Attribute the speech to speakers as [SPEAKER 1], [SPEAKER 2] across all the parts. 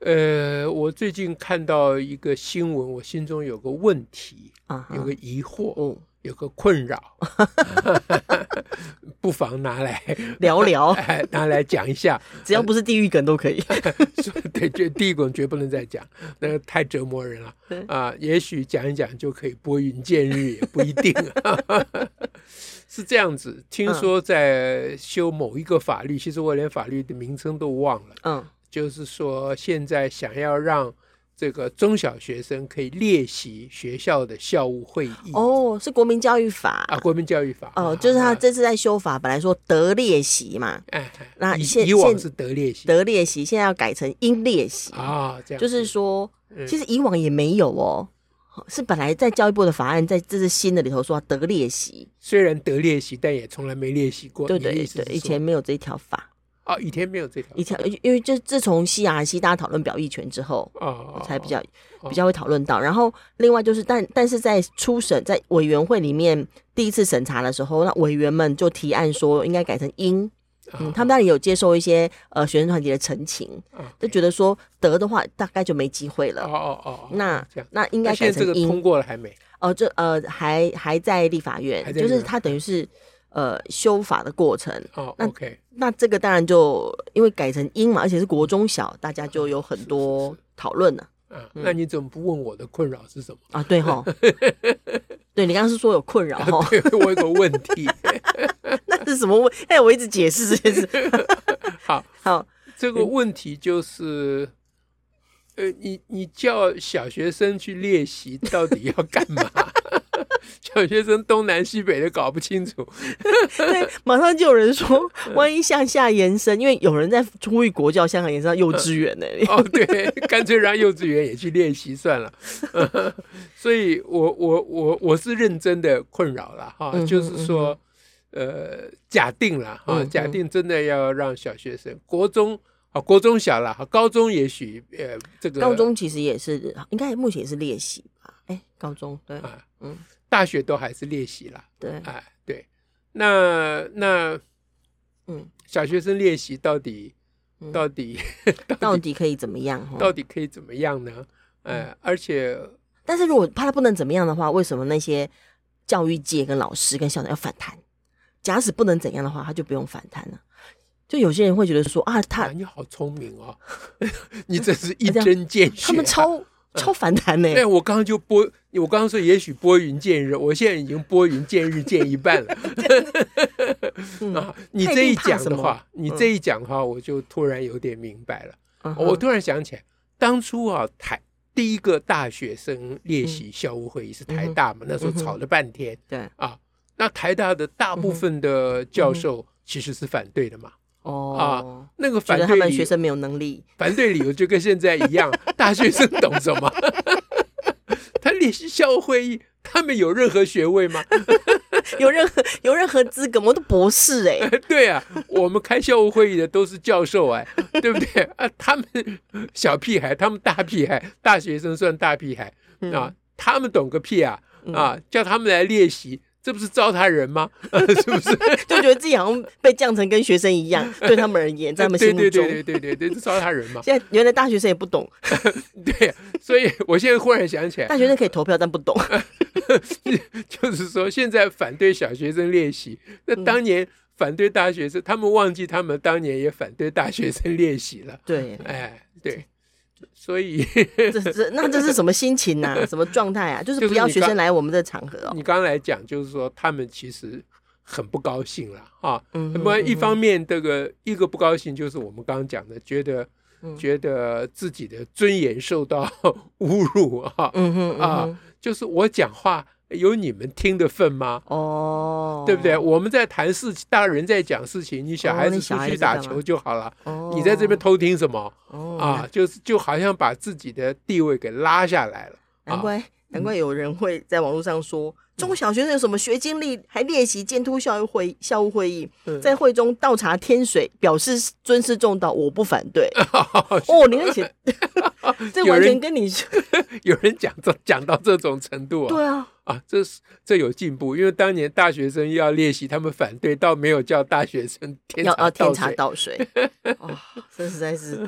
[SPEAKER 1] 呃，我最近看到一个新闻，我心中有个问题
[SPEAKER 2] 啊哈
[SPEAKER 1] 有个疑惑，
[SPEAKER 2] 嗯
[SPEAKER 1] 有个困扰， 不妨拿来
[SPEAKER 2] 聊聊
[SPEAKER 1] 哎 拿来讲一下。
[SPEAKER 2] 只要不是地狱梗都可 以。
[SPEAKER 1] 所以对，这第一滚绝不能再讲，那个太折磨人了
[SPEAKER 2] 对
[SPEAKER 1] 啊、也许讲一讲就可以拨云见日，也不一定。啊 是这样子，听
[SPEAKER 2] 嗯
[SPEAKER 1] 说在修某一个法律，其实我连法律的名称都忘了。
[SPEAKER 2] 嗯，
[SPEAKER 1] 就是说，现在想要让这个中小学生可以列席学校的校务会议
[SPEAKER 2] 哦，是国民教育法
[SPEAKER 1] 啊，国民教育法
[SPEAKER 2] 哦，就是他
[SPEAKER 1] 啊
[SPEAKER 2] 这次在修法，本来说得列席嘛，
[SPEAKER 1] 哎，
[SPEAKER 2] 那
[SPEAKER 1] 以
[SPEAKER 2] 现
[SPEAKER 1] 以往
[SPEAKER 2] 现
[SPEAKER 1] 是得列席
[SPEAKER 2] 得列席，现在要改成应列席，
[SPEAKER 1] 啊，这样
[SPEAKER 2] 就是
[SPEAKER 1] 子
[SPEAKER 2] 说，
[SPEAKER 1] 嗯
[SPEAKER 2] 其实以往也没有哦，是本来在教育部的法案，在这次新的里头说要得列席，
[SPEAKER 1] 虽然得列席，但也从来没列席过。
[SPEAKER 2] 对
[SPEAKER 1] 你的
[SPEAKER 2] 对
[SPEAKER 1] 意思
[SPEAKER 2] 对，
[SPEAKER 1] 是
[SPEAKER 2] 以
[SPEAKER 1] 说
[SPEAKER 2] 前没有这一条法，
[SPEAKER 1] 哦，以前没有这条
[SPEAKER 2] 以前因为就自从 CRC 大家讨论表意权之后，
[SPEAKER 1] 哦，
[SPEAKER 2] 才比较
[SPEAKER 1] 哦
[SPEAKER 2] 比较会讨论到。然后另外就是，但但是在初审在委员会里面第一次审查的时候，那委员们就提案说应该改成英。
[SPEAKER 1] 哦
[SPEAKER 2] 嗯，他们当然有接受一些呃学生团体的陈情，
[SPEAKER 1] 啊
[SPEAKER 2] 就觉得说得的话大概就没机会
[SPEAKER 1] 哦
[SPEAKER 2] 了。
[SPEAKER 1] 哦哦，
[SPEAKER 2] 那
[SPEAKER 1] 这样。
[SPEAKER 2] 那应该
[SPEAKER 1] 那现
[SPEAKER 2] 改
[SPEAKER 1] 在这
[SPEAKER 2] 成
[SPEAKER 1] 个
[SPEAKER 2] 英
[SPEAKER 1] 通过了还没？
[SPEAKER 2] 哦，这呃还还在立法院
[SPEAKER 1] 还，在
[SPEAKER 2] 就
[SPEAKER 1] 立
[SPEAKER 2] 是
[SPEAKER 1] 法
[SPEAKER 2] 它等于是呃修法的过程。
[SPEAKER 1] 哦
[SPEAKER 2] 那
[SPEAKER 1] ，OK，
[SPEAKER 2] 那这个当然就因为改成英嘛，而且是国中小，大家就有很
[SPEAKER 1] 是是
[SPEAKER 2] 多
[SPEAKER 1] 是
[SPEAKER 2] 讨论了
[SPEAKER 1] 啊，
[SPEAKER 2] 嗯
[SPEAKER 1] 那你怎么不问我的困扰是 什么？
[SPEAKER 2] 啊。对 吼，对你刚刚是说有困扰吼，
[SPEAKER 1] 对我有个问题，
[SPEAKER 2] 那是什么问？哎，我一直解释这件事。
[SPEAKER 1] 好，
[SPEAKER 2] 好，
[SPEAKER 1] 这个问题就是，呃，你你叫小学生去练习，到底要干嘛？ 小学生东南西北都搞不清楚，
[SPEAKER 2] 对，马上就有人说，
[SPEAKER 1] 嗯
[SPEAKER 2] 万一向下延伸，因为有人在呼吁国教向下延伸到幼稚园呢、
[SPEAKER 1] 哦，对，干脆让幼稚园也去练习算了。呃所以我我我我是认真的困扰了哈，
[SPEAKER 2] 嗯哼
[SPEAKER 1] 就是说，呃，假定了哈，
[SPEAKER 2] 嗯哼
[SPEAKER 1] 假定真的要让小学生、国中啊、国中小了，哈高中也许呃这个
[SPEAKER 2] 高中其实也是，应该目前也是练习吧？哎，高中对
[SPEAKER 1] 啊，
[SPEAKER 2] 嗯
[SPEAKER 1] 大学都还是练习了，
[SPEAKER 2] 对，
[SPEAKER 1] 哎、对，那那
[SPEAKER 2] 嗯，
[SPEAKER 1] 小学生练习到底
[SPEAKER 2] 嗯
[SPEAKER 1] 到底、
[SPEAKER 2] 到底可以怎么样？吼
[SPEAKER 1] 到底可以怎么样呢？
[SPEAKER 2] 嗯
[SPEAKER 1] 呃，而且
[SPEAKER 2] 但是如果怕他不能怎么样的话，为什么那些教育界跟老师跟校长要反弹？假使不能怎样的话，他就不用反弹了。就有些人会觉得说啊，
[SPEAKER 1] 啊，
[SPEAKER 2] 他
[SPEAKER 1] 你好聪明 哦，你真是一
[SPEAKER 2] 这样
[SPEAKER 1] 针见血啊、
[SPEAKER 2] 他们超、超反弹呢、
[SPEAKER 1] 对，我刚刚就拨，我刚刚说也许拨云见日，我现在已经拨云见日见一半了。 啊，
[SPEAKER 2] 嗯他
[SPEAKER 1] 你
[SPEAKER 2] 一
[SPEAKER 1] 这
[SPEAKER 2] 定
[SPEAKER 1] 一
[SPEAKER 2] 怕
[SPEAKER 1] 讲
[SPEAKER 2] 什
[SPEAKER 1] 的
[SPEAKER 2] 么
[SPEAKER 1] 话，你这一讲的话，我就突然有点明白了。
[SPEAKER 2] 嗯哼
[SPEAKER 1] 我突然想起来，当初啊，台第一个大学生练习校务会议是台大嘛，那时候
[SPEAKER 2] 嗯哼
[SPEAKER 1] 吵了半天
[SPEAKER 2] 对嗯
[SPEAKER 1] 啊。那台大的大部分的教授其实是反对的嘛，啊
[SPEAKER 2] 哦，
[SPEAKER 1] 那个
[SPEAKER 2] 觉
[SPEAKER 1] 反
[SPEAKER 2] 得他
[SPEAKER 1] 对
[SPEAKER 2] 们
[SPEAKER 1] 理
[SPEAKER 2] 学生没有能力，
[SPEAKER 1] 反对理由就跟现在一 样，大学生懂什么？ 他练习校务会议，他们有任何学位吗？
[SPEAKER 2] 有任何有任何资格吗？我都博士哎、
[SPEAKER 1] 对啊，我们开校务会议的都是教授哎，对不对啊？他们小屁孩，他们大屁孩，大学生算大屁孩
[SPEAKER 2] 嗯
[SPEAKER 1] 啊，他们懂个屁啊啊！叫他们来练习，这不是糟蹋 人吗？是不是？
[SPEAKER 2] 就觉得自己好像被降成跟学生一 样，对他们而言，在他们
[SPEAKER 1] 对
[SPEAKER 2] 心目
[SPEAKER 1] 对
[SPEAKER 2] 中，
[SPEAKER 1] 对对对对对，这糟蹋人嘛。
[SPEAKER 2] 现在原来大学生也不懂，
[SPEAKER 1] 对，啊所以我现在忽然想起来，
[SPEAKER 2] 大学生可以投票，但不懂。
[SPEAKER 1] 就是说，现在反对小学生练习，那
[SPEAKER 2] 嗯
[SPEAKER 1] 当年反对大学生，他们忘记他们当年也反对大学生练习了。
[SPEAKER 2] 对，
[SPEAKER 1] 哎，对，所以
[SPEAKER 2] 这这那这是什么心情呐、什么状态啊？就是
[SPEAKER 1] 就是
[SPEAKER 2] 不要
[SPEAKER 1] 你
[SPEAKER 2] 学
[SPEAKER 1] 刚
[SPEAKER 2] 生来我们这场合哦。
[SPEAKER 1] 你刚才讲，就是说他们其实很不高兴了啊。
[SPEAKER 2] 嗯
[SPEAKER 1] 那么一方面，这个一个不高兴就是我们刚刚讲的，觉得
[SPEAKER 2] 嗯
[SPEAKER 1] 觉得自己的尊严受到 侮辱啊，
[SPEAKER 2] 嗯哼嗯
[SPEAKER 1] 啊
[SPEAKER 2] 哼，
[SPEAKER 1] 就是我讲话有你们听的份吗？
[SPEAKER 2] 哦，
[SPEAKER 1] 对不对？？我们在谈事情，大人在讲事情，你小
[SPEAKER 2] 哦
[SPEAKER 1] 孩子
[SPEAKER 2] 你小
[SPEAKER 1] 出
[SPEAKER 2] 孩
[SPEAKER 1] 去
[SPEAKER 2] 子
[SPEAKER 1] 打
[SPEAKER 2] 干嘛
[SPEAKER 1] 球就好了。
[SPEAKER 2] 哦，
[SPEAKER 1] 你在这边偷听什么、
[SPEAKER 2] 哦
[SPEAKER 1] 啊？，就是就好像把自己的地位给拉下来了。
[SPEAKER 2] 难怪、难怪有人会在网络上说，中小学生有什么学经历，还练习监督校务会校务会议，
[SPEAKER 1] 嗯
[SPEAKER 2] 在会中倒茶添水，表示尊师重道，我不反 对。哦，你会写， 这
[SPEAKER 1] 有
[SPEAKER 2] 完全
[SPEAKER 1] 人
[SPEAKER 2] 跟你说，
[SPEAKER 1] 有人讲这讲到这种程度啊
[SPEAKER 2] 对啊，
[SPEAKER 1] 啊，这是这有进步，因为当年大学生要练习，他们反对，倒没有叫大学生天
[SPEAKER 2] 要要
[SPEAKER 1] 茶
[SPEAKER 2] 添
[SPEAKER 1] 倒
[SPEAKER 2] 茶
[SPEAKER 1] 水。
[SPEAKER 2] 倒水， 哦，这实在是，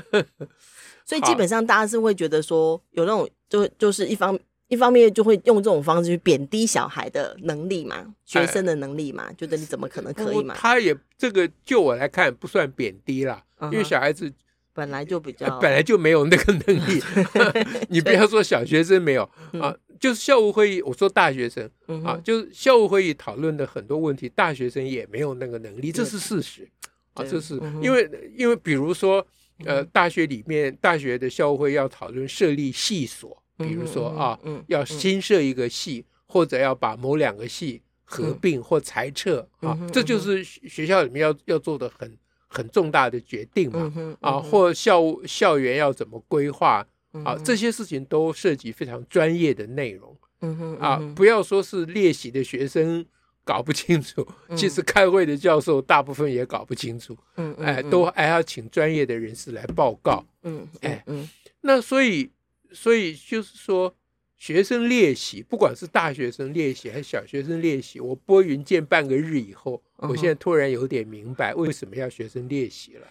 [SPEAKER 2] 所以基本上大家是会觉得说，有那种就就是一方。一方面就会用这种方式去贬低小孩的能力嘛，学生的能力嘛，觉得你怎么可能可以
[SPEAKER 1] 不
[SPEAKER 2] 嘛？
[SPEAKER 1] 他也这个，就我来看不算贬低啦，因
[SPEAKER 2] 嗯
[SPEAKER 1] 为
[SPEAKER 2] 哼
[SPEAKER 1] 小孩子
[SPEAKER 2] 本来就比
[SPEAKER 1] 呃
[SPEAKER 2] 较
[SPEAKER 1] 本来就没有那个能 力。 你不要说小学生没有啊，就是校务会议，我说大学生
[SPEAKER 2] 嗯
[SPEAKER 1] 啊
[SPEAKER 2] 哼，
[SPEAKER 1] 就是校务会议讨论的很多问题，大学生也没有那个能力，这
[SPEAKER 2] 对
[SPEAKER 1] 是事实啊，
[SPEAKER 2] 对
[SPEAKER 1] 这是
[SPEAKER 2] 嗯哼嗯
[SPEAKER 1] 因为因为比如说呃，大学里面大学的校务会要讨论设立系所，比如说啊，
[SPEAKER 2] 嗯哼，
[SPEAKER 1] 要新设一个系，或者要把某两个系合并或裁撤啊
[SPEAKER 2] 嗯哼，
[SPEAKER 1] 这就是学学校里面要要做的很很重大的决定嘛
[SPEAKER 2] 嗯。哼
[SPEAKER 1] 啊，或校务校园要怎么规划啊，这，些事情都涉及非常专业的内容
[SPEAKER 2] 嗯哼嗯哼
[SPEAKER 1] 啊
[SPEAKER 2] 嗯，哼
[SPEAKER 1] 不要说是练习的学生搞不清楚，其实开会的教授大部分也搞不清楚，
[SPEAKER 2] 嗯嗯
[SPEAKER 1] 哎，
[SPEAKER 2] 嗯
[SPEAKER 1] 都还要请专业的人士来报告。
[SPEAKER 2] 嗯嗯
[SPEAKER 1] 哎
[SPEAKER 2] 嗯
[SPEAKER 1] 那所以，所以就是说，学生练习，不管是大学生练习还是小学生练习，我拨云见半个日以后，
[SPEAKER 2] 嗯哼
[SPEAKER 1] 我现在突然有点明白为什么要学生练习了。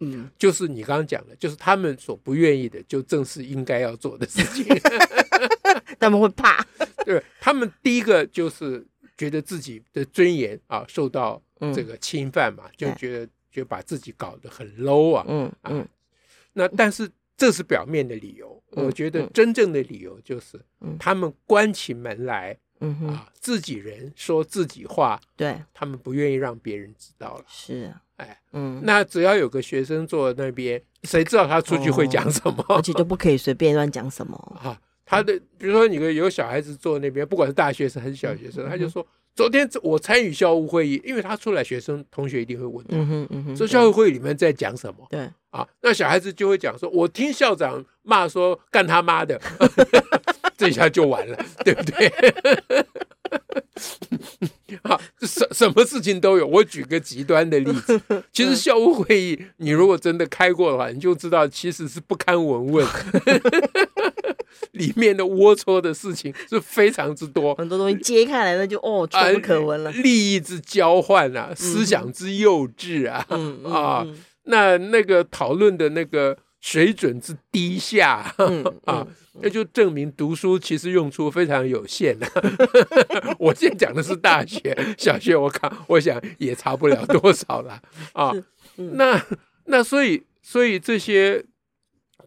[SPEAKER 2] 嗯，
[SPEAKER 1] 就是你刚刚讲的，就是他们所不愿意的，就正是应该要做的事情。
[SPEAKER 2] 他们会怕，
[SPEAKER 1] 对他们第一个就是觉得自己的尊严啊受到这个侵犯嘛，就
[SPEAKER 2] 嗯对
[SPEAKER 1] 觉得就把自己搞得很 low 啊。
[SPEAKER 2] 嗯嗯
[SPEAKER 1] 那但是这是表面的理由，
[SPEAKER 2] 嗯
[SPEAKER 1] 我觉得真正的理由就是、
[SPEAKER 2] 嗯
[SPEAKER 1] 他们关起门来
[SPEAKER 2] 嗯哼，
[SPEAKER 1] 啊，自己人说自己话，
[SPEAKER 2] 对，
[SPEAKER 1] 他们不愿意让别人知道了。
[SPEAKER 2] 是，
[SPEAKER 1] 哎，
[SPEAKER 2] 嗯，
[SPEAKER 1] 那只要有个学生坐在那边，谁知道他出去会讲
[SPEAKER 2] 哦
[SPEAKER 1] 什么？
[SPEAKER 2] 而且就不可以随便乱讲什么，
[SPEAKER 1] 啊，他的比如说你个有小孩子坐那边，不管是大学生还是小学
[SPEAKER 2] 嗯
[SPEAKER 1] 生，他就说昨天我参与校务会议，因为他出来学生同学一定会问他，
[SPEAKER 2] 嗯哼嗯哼，
[SPEAKER 1] 说
[SPEAKER 2] 对
[SPEAKER 1] 校务会议里面在讲什么
[SPEAKER 2] 对，
[SPEAKER 1] 啊？那小孩子就会讲说，我听校长骂说干他妈的， 这下就完了，对不对？ 啊，什什么事情都有。我举个极端的例 子，
[SPEAKER 2] 嗯
[SPEAKER 1] 其实校务会议，你如果真的开过的话，你就知道其实是不堪闻问， 里面的龌龊的事情是非常之多。
[SPEAKER 2] 很多东西揭开来了就哦，
[SPEAKER 1] 啊
[SPEAKER 2] 臭不可闻了，
[SPEAKER 1] 利益之交换啊，思想之幼稚啊，
[SPEAKER 2] 嗯嗯
[SPEAKER 1] 啊，那那个讨论的那个水准之低下、
[SPEAKER 2] 嗯
[SPEAKER 1] 啊，那就证明读书其实用处非常有限啊。 我现在讲的是大学，小学我看我想也差不了多少了啊。
[SPEAKER 2] 嗯
[SPEAKER 1] 那那所以所以这些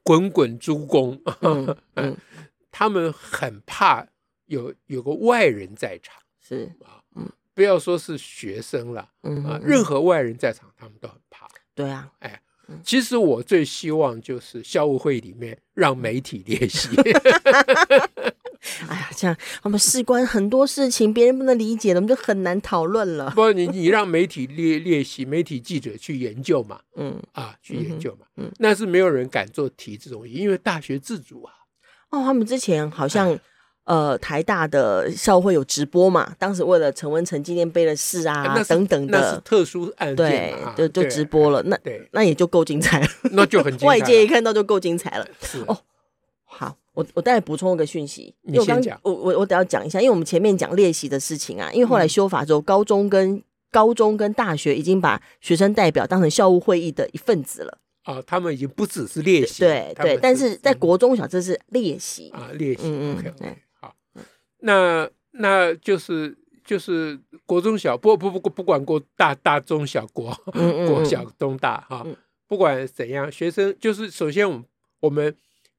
[SPEAKER 1] 滚滚诸公，
[SPEAKER 2] 嗯嗯，
[SPEAKER 1] 他们很怕有有个外人在场，
[SPEAKER 2] 是，
[SPEAKER 1] 不要说是学生了
[SPEAKER 2] 嗯
[SPEAKER 1] 啊，
[SPEAKER 2] 哼，
[SPEAKER 1] 任何外人在场，他们都很怕。
[SPEAKER 2] 对啊，
[SPEAKER 1] 其实我最希望就是校务会里面让媒体练习，
[SPEAKER 2] 哎呀，这样我们事关很多事情，别人不能理解的，我们就很难讨论了，
[SPEAKER 1] 不过你你让媒体练练习，媒体记者去研究嘛，
[SPEAKER 2] 嗯，
[SPEAKER 1] 啊，去研究嘛，
[SPEAKER 2] 嗯哼嗯
[SPEAKER 1] 那是没有人敢做题这种，因为大学自主啊，
[SPEAKER 2] 哦，他们之前好像。呃，台大的校会有直播嘛？当时为了陈文成纪念碑的事啊
[SPEAKER 1] 那，是
[SPEAKER 2] 等等
[SPEAKER 1] 那是
[SPEAKER 2] 的，
[SPEAKER 1] 特殊案件
[SPEAKER 2] 对
[SPEAKER 1] 嘛，啊，
[SPEAKER 2] 就就直，播了。那
[SPEAKER 1] 对，
[SPEAKER 2] 那也就够精彩了，
[SPEAKER 1] 那就很精彩
[SPEAKER 2] 外
[SPEAKER 1] 了。
[SPEAKER 2] 界一看到就够精彩了。
[SPEAKER 1] 是
[SPEAKER 2] 哦好，我我再来补充一个讯息，因
[SPEAKER 1] 你
[SPEAKER 2] 为我
[SPEAKER 1] 先
[SPEAKER 2] 刚
[SPEAKER 1] 讲
[SPEAKER 2] 我我我得要讲一下，因为我们前面讲练习的事情啊，因为
[SPEAKER 1] 嗯
[SPEAKER 2] 后来修法之后，高中跟高中跟大学已经把学生代表当成校务会议的一份子了，
[SPEAKER 1] 啊，他们已经不只是练习，
[SPEAKER 2] 对
[SPEAKER 1] 他们
[SPEAKER 2] 对，但是在
[SPEAKER 1] 嗯
[SPEAKER 2] 国中小这是练习，
[SPEAKER 1] 啊练习，
[SPEAKER 2] 嗯嗯
[SPEAKER 1] OK，OK，
[SPEAKER 2] 对
[SPEAKER 1] 好，那那就是就是国中小，不不不不管国大大中小国，
[SPEAKER 2] 嗯嗯
[SPEAKER 1] 国
[SPEAKER 2] 嗯
[SPEAKER 1] 小东大哈、
[SPEAKER 2] 嗯
[SPEAKER 1] 不管怎样，学生就是首先我们我们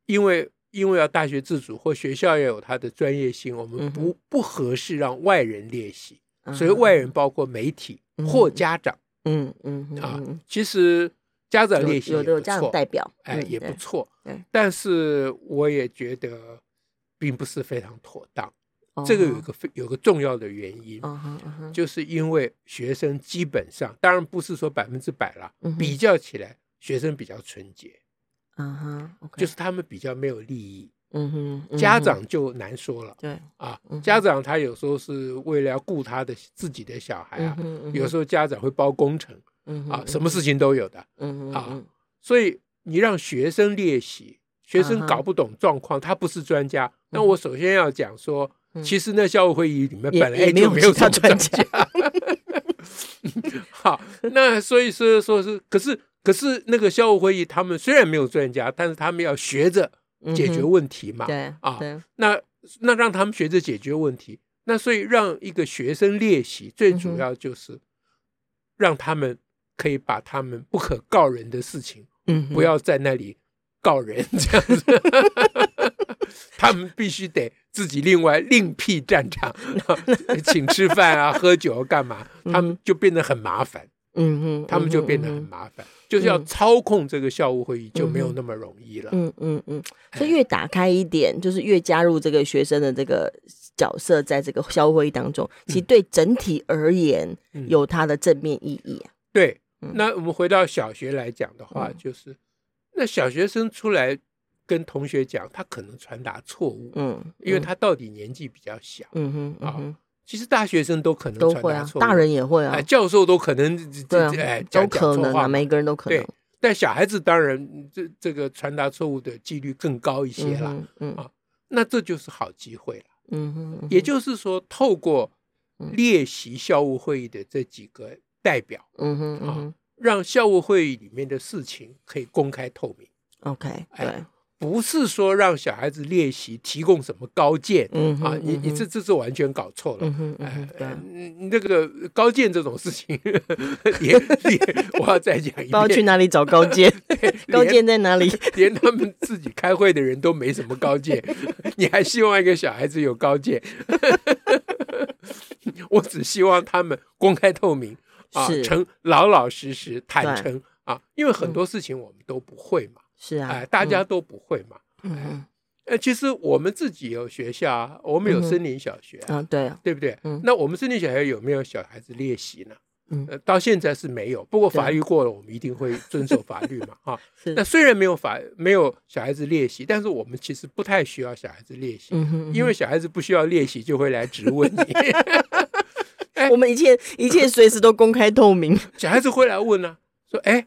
[SPEAKER 1] 因为因为要大学自主或学校要有它的专业性，我们
[SPEAKER 2] 嗯哼
[SPEAKER 1] 不、不合适让外人练习，
[SPEAKER 2] 嗯
[SPEAKER 1] 所以外人包括媒体
[SPEAKER 2] 嗯
[SPEAKER 1] 或家长，
[SPEAKER 2] 嗯嗯嗯
[SPEAKER 1] 啊
[SPEAKER 2] 嗯，
[SPEAKER 1] 其实家长
[SPEAKER 2] 有
[SPEAKER 1] 练习
[SPEAKER 2] 有
[SPEAKER 1] 也
[SPEAKER 2] 的有
[SPEAKER 1] 不
[SPEAKER 2] 家长
[SPEAKER 1] 错，
[SPEAKER 2] 代表，
[SPEAKER 1] 哎、
[SPEAKER 2] 嗯
[SPEAKER 1] 也
[SPEAKER 2] 对
[SPEAKER 1] 不错
[SPEAKER 2] 对，
[SPEAKER 1] 但是我也觉得并不是非常妥当这个有一个非有个重要的原因，
[SPEAKER 2] 嗯哼嗯哼，
[SPEAKER 1] 就是因为学生基本上，当然不是说百分之百啦
[SPEAKER 2] 嗯哼，
[SPEAKER 1] 比较起来，学生比较纯洁，
[SPEAKER 2] 嗯哼，OK，
[SPEAKER 1] 就是他们比较没有利益，
[SPEAKER 2] 嗯哼，嗯
[SPEAKER 1] 家
[SPEAKER 2] 哼
[SPEAKER 1] 长就难说了
[SPEAKER 2] 对，
[SPEAKER 1] 啊
[SPEAKER 2] 嗯哼。
[SPEAKER 1] 家长他有时候是为了要顾他的自己的小
[SPEAKER 2] 嗯
[SPEAKER 1] 孩啊，有时候家长会包工程
[SPEAKER 2] 候
[SPEAKER 1] 啊，什么事情都有的，
[SPEAKER 2] 嗯嗯哼
[SPEAKER 1] 啊
[SPEAKER 2] 嗯
[SPEAKER 1] 所以你让学生练习，学
[SPEAKER 2] 嗯哼
[SPEAKER 1] 生搞不懂状况，他不是专家。那我首先要讲说，
[SPEAKER 2] 嗯
[SPEAKER 1] 其实那校务会议里面
[SPEAKER 2] 也
[SPEAKER 1] 本来
[SPEAKER 2] 也没
[SPEAKER 1] 就
[SPEAKER 2] 有
[SPEAKER 1] 没有
[SPEAKER 2] 其他
[SPEAKER 1] 什么
[SPEAKER 2] 专家
[SPEAKER 1] 好，那所以说说是，可是可是那个校务会议，他们虽然没有专家，但是他们要学着
[SPEAKER 2] 嗯
[SPEAKER 1] 解决
[SPEAKER 2] 哼
[SPEAKER 1] 问题嘛。
[SPEAKER 2] 对
[SPEAKER 1] 啊
[SPEAKER 2] 对，
[SPEAKER 1] 那那让他们学着解决问题，那所以让一个学生练习，最
[SPEAKER 2] 嗯
[SPEAKER 1] 主要就是让他们可以把他们不可告人的事情。
[SPEAKER 2] 嗯哼，
[SPEAKER 1] 不要在那里告人这样子。 他们必须得自己另外另辟战 场，请吃饭啊、喝酒啊干嘛，他们就变得很麻烦，
[SPEAKER 2] 嗯哼，
[SPEAKER 1] 他们就
[SPEAKER 2] 嗯哼
[SPEAKER 1] 变得很
[SPEAKER 2] 嗯
[SPEAKER 1] 麻烦。就是要
[SPEAKER 2] 嗯
[SPEAKER 1] 操控这个校务会议就没有那么容易了。
[SPEAKER 2] 哼嗯嗯
[SPEAKER 1] 哎
[SPEAKER 2] 嗯，所以越打开一点，就是越加入这个学生的这个角色在这个校会当中，其实对整体而言
[SPEAKER 1] 嗯
[SPEAKER 2] 有它的正面意义啊。
[SPEAKER 1] 对
[SPEAKER 2] 嗯，
[SPEAKER 1] 那我们回到小学来讲的话，
[SPEAKER 2] 嗯
[SPEAKER 1] 就是那小学生出来跟同学讲，他可能传达错误，
[SPEAKER 2] 嗯，
[SPEAKER 1] 因为
[SPEAKER 2] 嗯
[SPEAKER 1] 他到底年纪比较小。
[SPEAKER 2] 嗯哼嗯
[SPEAKER 1] 啊
[SPEAKER 2] 哼
[SPEAKER 1] 其实大学生都可能
[SPEAKER 2] 都
[SPEAKER 1] 传
[SPEAKER 2] 会
[SPEAKER 1] 达
[SPEAKER 2] 啊
[SPEAKER 1] 错，误，
[SPEAKER 2] 大人也会啊
[SPEAKER 1] 哎，，教授都可能这
[SPEAKER 2] 对啊
[SPEAKER 1] 这哎
[SPEAKER 2] 都
[SPEAKER 1] 讲讲
[SPEAKER 2] 可
[SPEAKER 1] 错
[SPEAKER 2] 能
[SPEAKER 1] 话
[SPEAKER 2] 啊，
[SPEAKER 1] 嘛，
[SPEAKER 2] 每个人都可能
[SPEAKER 1] 对。但小孩子当然嗯这这个传达错误的几率更高一些啦。
[SPEAKER 2] 嗯哼
[SPEAKER 1] 啊那这就是好机会了。
[SPEAKER 2] 嗯哼，嗯哼
[SPEAKER 1] 也就是说，透过
[SPEAKER 2] 嗯
[SPEAKER 1] 练习校务会议的这几个代表，
[SPEAKER 2] 嗯哼嗯
[SPEAKER 1] 啊
[SPEAKER 2] 哼
[SPEAKER 1] 让校务会议里面的事情可以公开透明，
[SPEAKER 2] ，OK，
[SPEAKER 1] 哎
[SPEAKER 2] 对，
[SPEAKER 1] 不是说让小孩子练习提供什么高见
[SPEAKER 2] 嗯
[SPEAKER 1] 啊
[SPEAKER 2] 哼，
[SPEAKER 1] 你
[SPEAKER 2] 嗯
[SPEAKER 1] 你
[SPEAKER 2] 哼
[SPEAKER 1] 这这是完全搞错了。
[SPEAKER 2] 嗯哼嗯
[SPEAKER 1] 哎
[SPEAKER 2] 哼，对啊，
[SPEAKER 1] 嗯那个高见这种事情， 也也我要再讲
[SPEAKER 2] 不
[SPEAKER 1] 一
[SPEAKER 2] 知道去
[SPEAKER 1] 遍，
[SPEAKER 2] 哪里找高阶， 高
[SPEAKER 1] 连
[SPEAKER 2] 阶在哪里？
[SPEAKER 1] 连他们自己开会的人都没什么高见，你还希望一个小孩子有高见？ 我只希望他们公开透明啊
[SPEAKER 2] 是，
[SPEAKER 1] 诚老老实实、坦
[SPEAKER 2] 对嗯
[SPEAKER 1] 诚啊，因为很多事情我们都不会嘛，
[SPEAKER 2] 是啊
[SPEAKER 1] 哎，，大家都不会嘛。
[SPEAKER 2] 嗯嗯
[SPEAKER 1] 呃，其实我们自己有学校啊，我们有森林小学啊
[SPEAKER 2] 嗯，啊，对啊，
[SPEAKER 1] 对不对？
[SPEAKER 2] 嗯
[SPEAKER 1] 那我们森林小学有没有小孩子练习呢？
[SPEAKER 2] 嗯
[SPEAKER 1] 呃，到现在是没有。不过
[SPEAKER 2] 对
[SPEAKER 1] 法律过了，我们一定会遵守法律 嘛，哈。
[SPEAKER 2] 是
[SPEAKER 1] 那虽然没有法没有小孩子练习，但是我们其实不太需要小孩子练习，
[SPEAKER 2] 嗯哼，
[SPEAKER 1] 因为小孩子不需要练习就会来质问 你，
[SPEAKER 2] 哎我们一切一切随时都公开透明
[SPEAKER 1] 小孩子会来问啊，说：“哎，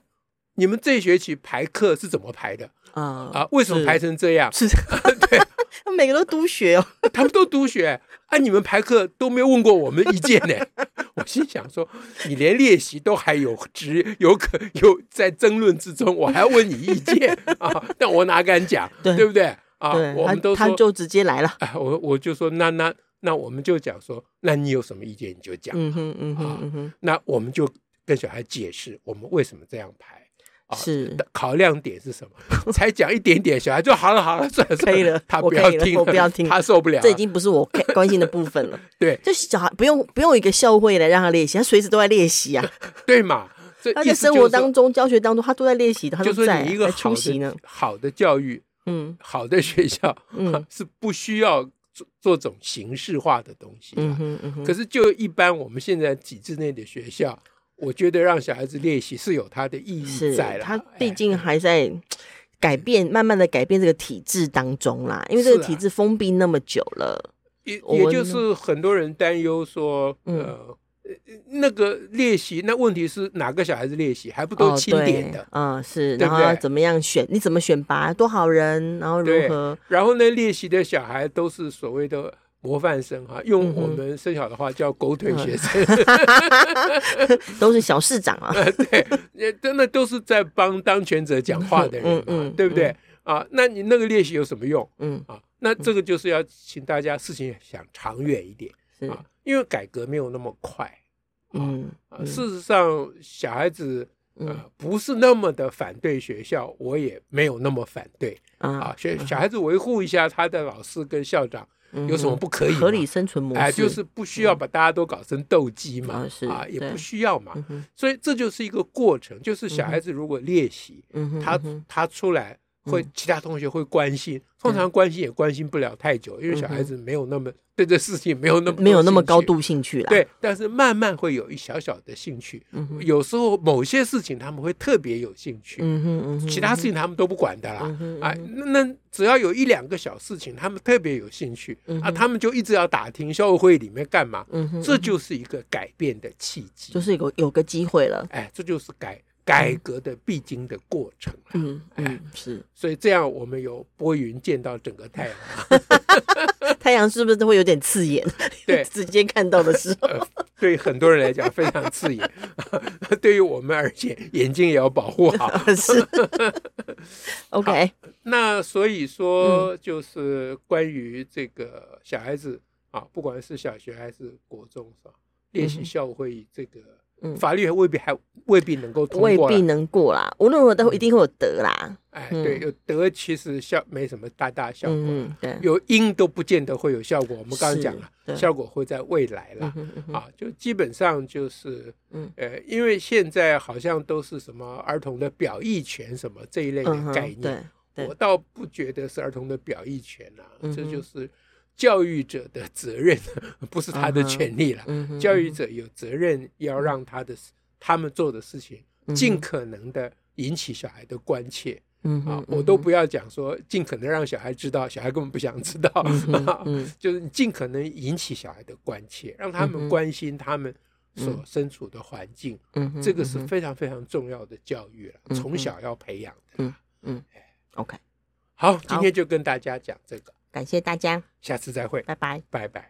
[SPEAKER 1] 你们这学期排课是怎么排的
[SPEAKER 2] 啊
[SPEAKER 1] 啊？为什么排成这样？
[SPEAKER 2] 是， 对，每个都督学哦，
[SPEAKER 1] 他们都督学啊，你们排课都没有问过我们意见呢。 我心想说，你连练习都还有只有可有在争论之中，我还要问你意见啊？但我哪敢讲，
[SPEAKER 2] 对
[SPEAKER 1] 不对？啊，
[SPEAKER 2] 对，
[SPEAKER 1] 我们都
[SPEAKER 2] 他他
[SPEAKER 1] 说，
[SPEAKER 2] 就直接 来了，
[SPEAKER 1] 哎，我我就说，那那那我们就讲说，那你有什么意见你就讲，
[SPEAKER 2] 嗯哼嗯哼
[SPEAKER 1] 啊
[SPEAKER 2] 嗯哼，
[SPEAKER 1] 那我们就跟小孩解释我们为什么这样排。啊
[SPEAKER 2] 是
[SPEAKER 1] 考量点是什么？才讲一点点，小孩就好了，好了，算了，算
[SPEAKER 2] 可以了
[SPEAKER 1] 他
[SPEAKER 2] 我
[SPEAKER 1] 不
[SPEAKER 2] 可
[SPEAKER 1] 要
[SPEAKER 2] 以了
[SPEAKER 1] 听，
[SPEAKER 2] 我不要听
[SPEAKER 1] 他受不了了，
[SPEAKER 2] 这已经不是我 ca- 关心的部分了，
[SPEAKER 1] 对，
[SPEAKER 2] 就小孩不用不用一个校会来让他练习，他随时都在练习 啊，
[SPEAKER 1] 对嘛？这
[SPEAKER 2] 他
[SPEAKER 1] 意
[SPEAKER 2] 在
[SPEAKER 1] 思就
[SPEAKER 2] 生
[SPEAKER 1] 是
[SPEAKER 2] 活
[SPEAKER 1] 说
[SPEAKER 2] 当中、教学当中，他都在练习的，他
[SPEAKER 1] 就
[SPEAKER 2] 都
[SPEAKER 1] 说
[SPEAKER 2] 在
[SPEAKER 1] 你一个
[SPEAKER 2] 还
[SPEAKER 1] 好
[SPEAKER 2] 出席呢
[SPEAKER 1] 的，好的教育、
[SPEAKER 2] 嗯
[SPEAKER 1] 好的学校、
[SPEAKER 2] 嗯
[SPEAKER 1] 是不需要做做种形式化的东西、
[SPEAKER 2] 嗯
[SPEAKER 1] 啊。
[SPEAKER 2] 哼嗯哼，
[SPEAKER 1] 可是就一般我们现在体制内的学校，我觉得让小孩子练习是有它的意义
[SPEAKER 2] 是
[SPEAKER 1] 在了。
[SPEAKER 2] 他
[SPEAKER 1] 哎
[SPEAKER 2] 毕竟还在改变，慢慢的改变这个体制当中啦，因为这个
[SPEAKER 1] 是啊
[SPEAKER 2] 体制封闭那么久了，
[SPEAKER 1] 也
[SPEAKER 2] 我
[SPEAKER 1] 也
[SPEAKER 2] 们嗯
[SPEAKER 1] 就是很多人担忧说，呃。那个练习，那问题是哪个小孩子练习，还不都
[SPEAKER 2] 哦，
[SPEAKER 1] 清点
[SPEAKER 2] 对
[SPEAKER 1] 的？，
[SPEAKER 2] 嗯，是，
[SPEAKER 1] 对
[SPEAKER 2] 然
[SPEAKER 1] 不
[SPEAKER 2] 后要
[SPEAKER 1] 对
[SPEAKER 2] 怎么样选？你怎么选拔多少人？然后如
[SPEAKER 1] 对
[SPEAKER 2] 何？
[SPEAKER 1] 然后呢，练习的小孩都是所谓的模范生
[SPEAKER 2] 嗯
[SPEAKER 1] 哈、用我们生小的话叫狗腿学生，
[SPEAKER 2] 都是小市长啊，
[SPEAKER 1] 也真的都是在帮当权者讲话的人嘛，
[SPEAKER 2] 嗯嗯嗯
[SPEAKER 1] 对不对、啊？那你那个练习有什么用
[SPEAKER 2] 嗯，
[SPEAKER 1] 啊？那这个就是要请大家事情想长远一点
[SPEAKER 2] 嗯是，
[SPEAKER 1] 啊，因为改革没有那么快
[SPEAKER 2] 嗯，
[SPEAKER 1] 啊。
[SPEAKER 2] 嗯
[SPEAKER 1] 事实上，小孩子。
[SPEAKER 2] 嗯
[SPEAKER 1] 呃，不是那么的反对学校，我也没有那么反对啊
[SPEAKER 2] 啊。，
[SPEAKER 1] 学小孩子维护一下他的老师跟校长，
[SPEAKER 2] 嗯
[SPEAKER 1] 有什么
[SPEAKER 2] 哼
[SPEAKER 1] 不可以嘛？
[SPEAKER 2] 合理生存模式？嗯
[SPEAKER 1] 哎，就是不需要把大家都搞成斗鸡嘛，
[SPEAKER 2] 啊是
[SPEAKER 1] 啊，也
[SPEAKER 2] 对
[SPEAKER 1] 不需要嘛
[SPEAKER 2] 嗯，哼，嗯
[SPEAKER 1] 所以这就是一个过程，就是小孩子如果练习，
[SPEAKER 2] 嗯哼，
[SPEAKER 1] 他
[SPEAKER 2] 嗯哼嗯
[SPEAKER 1] 他出来会其他同学会关心，通常关心也关心不了太久，因为小孩子没有那么对这事情没有那么多
[SPEAKER 2] 没有那么高
[SPEAKER 1] 兴趣
[SPEAKER 2] 度兴趣啦。，
[SPEAKER 1] 对，但是慢慢会有一小小的兴趣。
[SPEAKER 2] 嗯哼，
[SPEAKER 1] 有时候某些事情他们会特别有兴趣，
[SPEAKER 2] 嗯哼嗯哼，
[SPEAKER 1] 其他事情他们都不管的啦。
[SPEAKER 2] 嗯哼
[SPEAKER 1] 啊，那那只要有一两个小事情，他们特别有兴趣、啊，他们就一直要打听校委会里面干嘛，
[SPEAKER 2] 嗯哼，
[SPEAKER 1] 这就是一个改变的契机。
[SPEAKER 2] 就是有有个机会了。
[SPEAKER 1] 哎，这就是改改革的必经的过程啦。
[SPEAKER 2] 嗯
[SPEAKER 1] 哎
[SPEAKER 2] 嗯，是
[SPEAKER 1] 所以这样，我们有拨云见到整个太阳，
[SPEAKER 2] 太阳是不是都会有点刺眼？
[SPEAKER 1] 对
[SPEAKER 2] 直接看到的时候，
[SPEAKER 1] 呃对于很多人来讲非常刺眼， 对于我们而言，眼睛也要保护好。
[SPEAKER 2] 是。OK，
[SPEAKER 1] 那所以说，
[SPEAKER 2] 嗯
[SPEAKER 1] 就是关于这个小孩子啊，不管是小学还是国中，是吧？练习校务会议这个
[SPEAKER 2] 嗯
[SPEAKER 1] 法律未必还未必能够通
[SPEAKER 2] 未
[SPEAKER 1] 过
[SPEAKER 2] 必
[SPEAKER 1] 了。
[SPEAKER 2] 能过啦，无论如何都一定会有得啦。
[SPEAKER 1] 哎，
[SPEAKER 2] 嗯
[SPEAKER 1] 对，有德其实效没什么大大效果，
[SPEAKER 2] 嗯，对，
[SPEAKER 1] 有因都不见得会有效果。我们刚刚讲
[SPEAKER 2] 是
[SPEAKER 1] 了，
[SPEAKER 2] 对
[SPEAKER 1] 效果会在未来
[SPEAKER 2] 嗯
[SPEAKER 1] 啦。
[SPEAKER 2] 哼嗯哼
[SPEAKER 1] 啊，就基本上就是
[SPEAKER 2] 嗯，
[SPEAKER 1] 呃，因为现在好像都是什么儿童的表意权什么这一类
[SPEAKER 2] 嗯
[SPEAKER 1] 的
[SPEAKER 2] 哼
[SPEAKER 1] 概念，
[SPEAKER 2] 对，对
[SPEAKER 1] 我倒不觉得是儿童的表意权啦、
[SPEAKER 2] 嗯哼
[SPEAKER 1] 这就是教育者的责任，不是他的权利了。
[SPEAKER 2] 嗯哼，
[SPEAKER 1] 教育者有责任要让他的、他们做的事情
[SPEAKER 2] 嗯哼
[SPEAKER 1] 尽可能的引起小孩的关切、
[SPEAKER 2] 嗯哼
[SPEAKER 1] 啊！我都不要讲说尽可能让小孩知道，小孩根本不想知道，啊
[SPEAKER 2] 嗯哼嗯
[SPEAKER 1] 就是你尽可能引起小孩的关切，让他
[SPEAKER 2] 嗯
[SPEAKER 1] 们
[SPEAKER 2] 哼
[SPEAKER 1] 关心他们所
[SPEAKER 2] 嗯
[SPEAKER 1] 身处的环境，
[SPEAKER 2] 嗯哼，
[SPEAKER 1] 这个是
[SPEAKER 2] 嗯哼
[SPEAKER 1] 非常非常重要的教育了，
[SPEAKER 2] 嗯哼嗯
[SPEAKER 1] 从小要培养的。
[SPEAKER 2] OK，
[SPEAKER 1] 好，今天就跟大家讲这个，
[SPEAKER 2] 感谢大家，
[SPEAKER 1] 下次再会，
[SPEAKER 2] 拜拜。
[SPEAKER 1] 拜拜。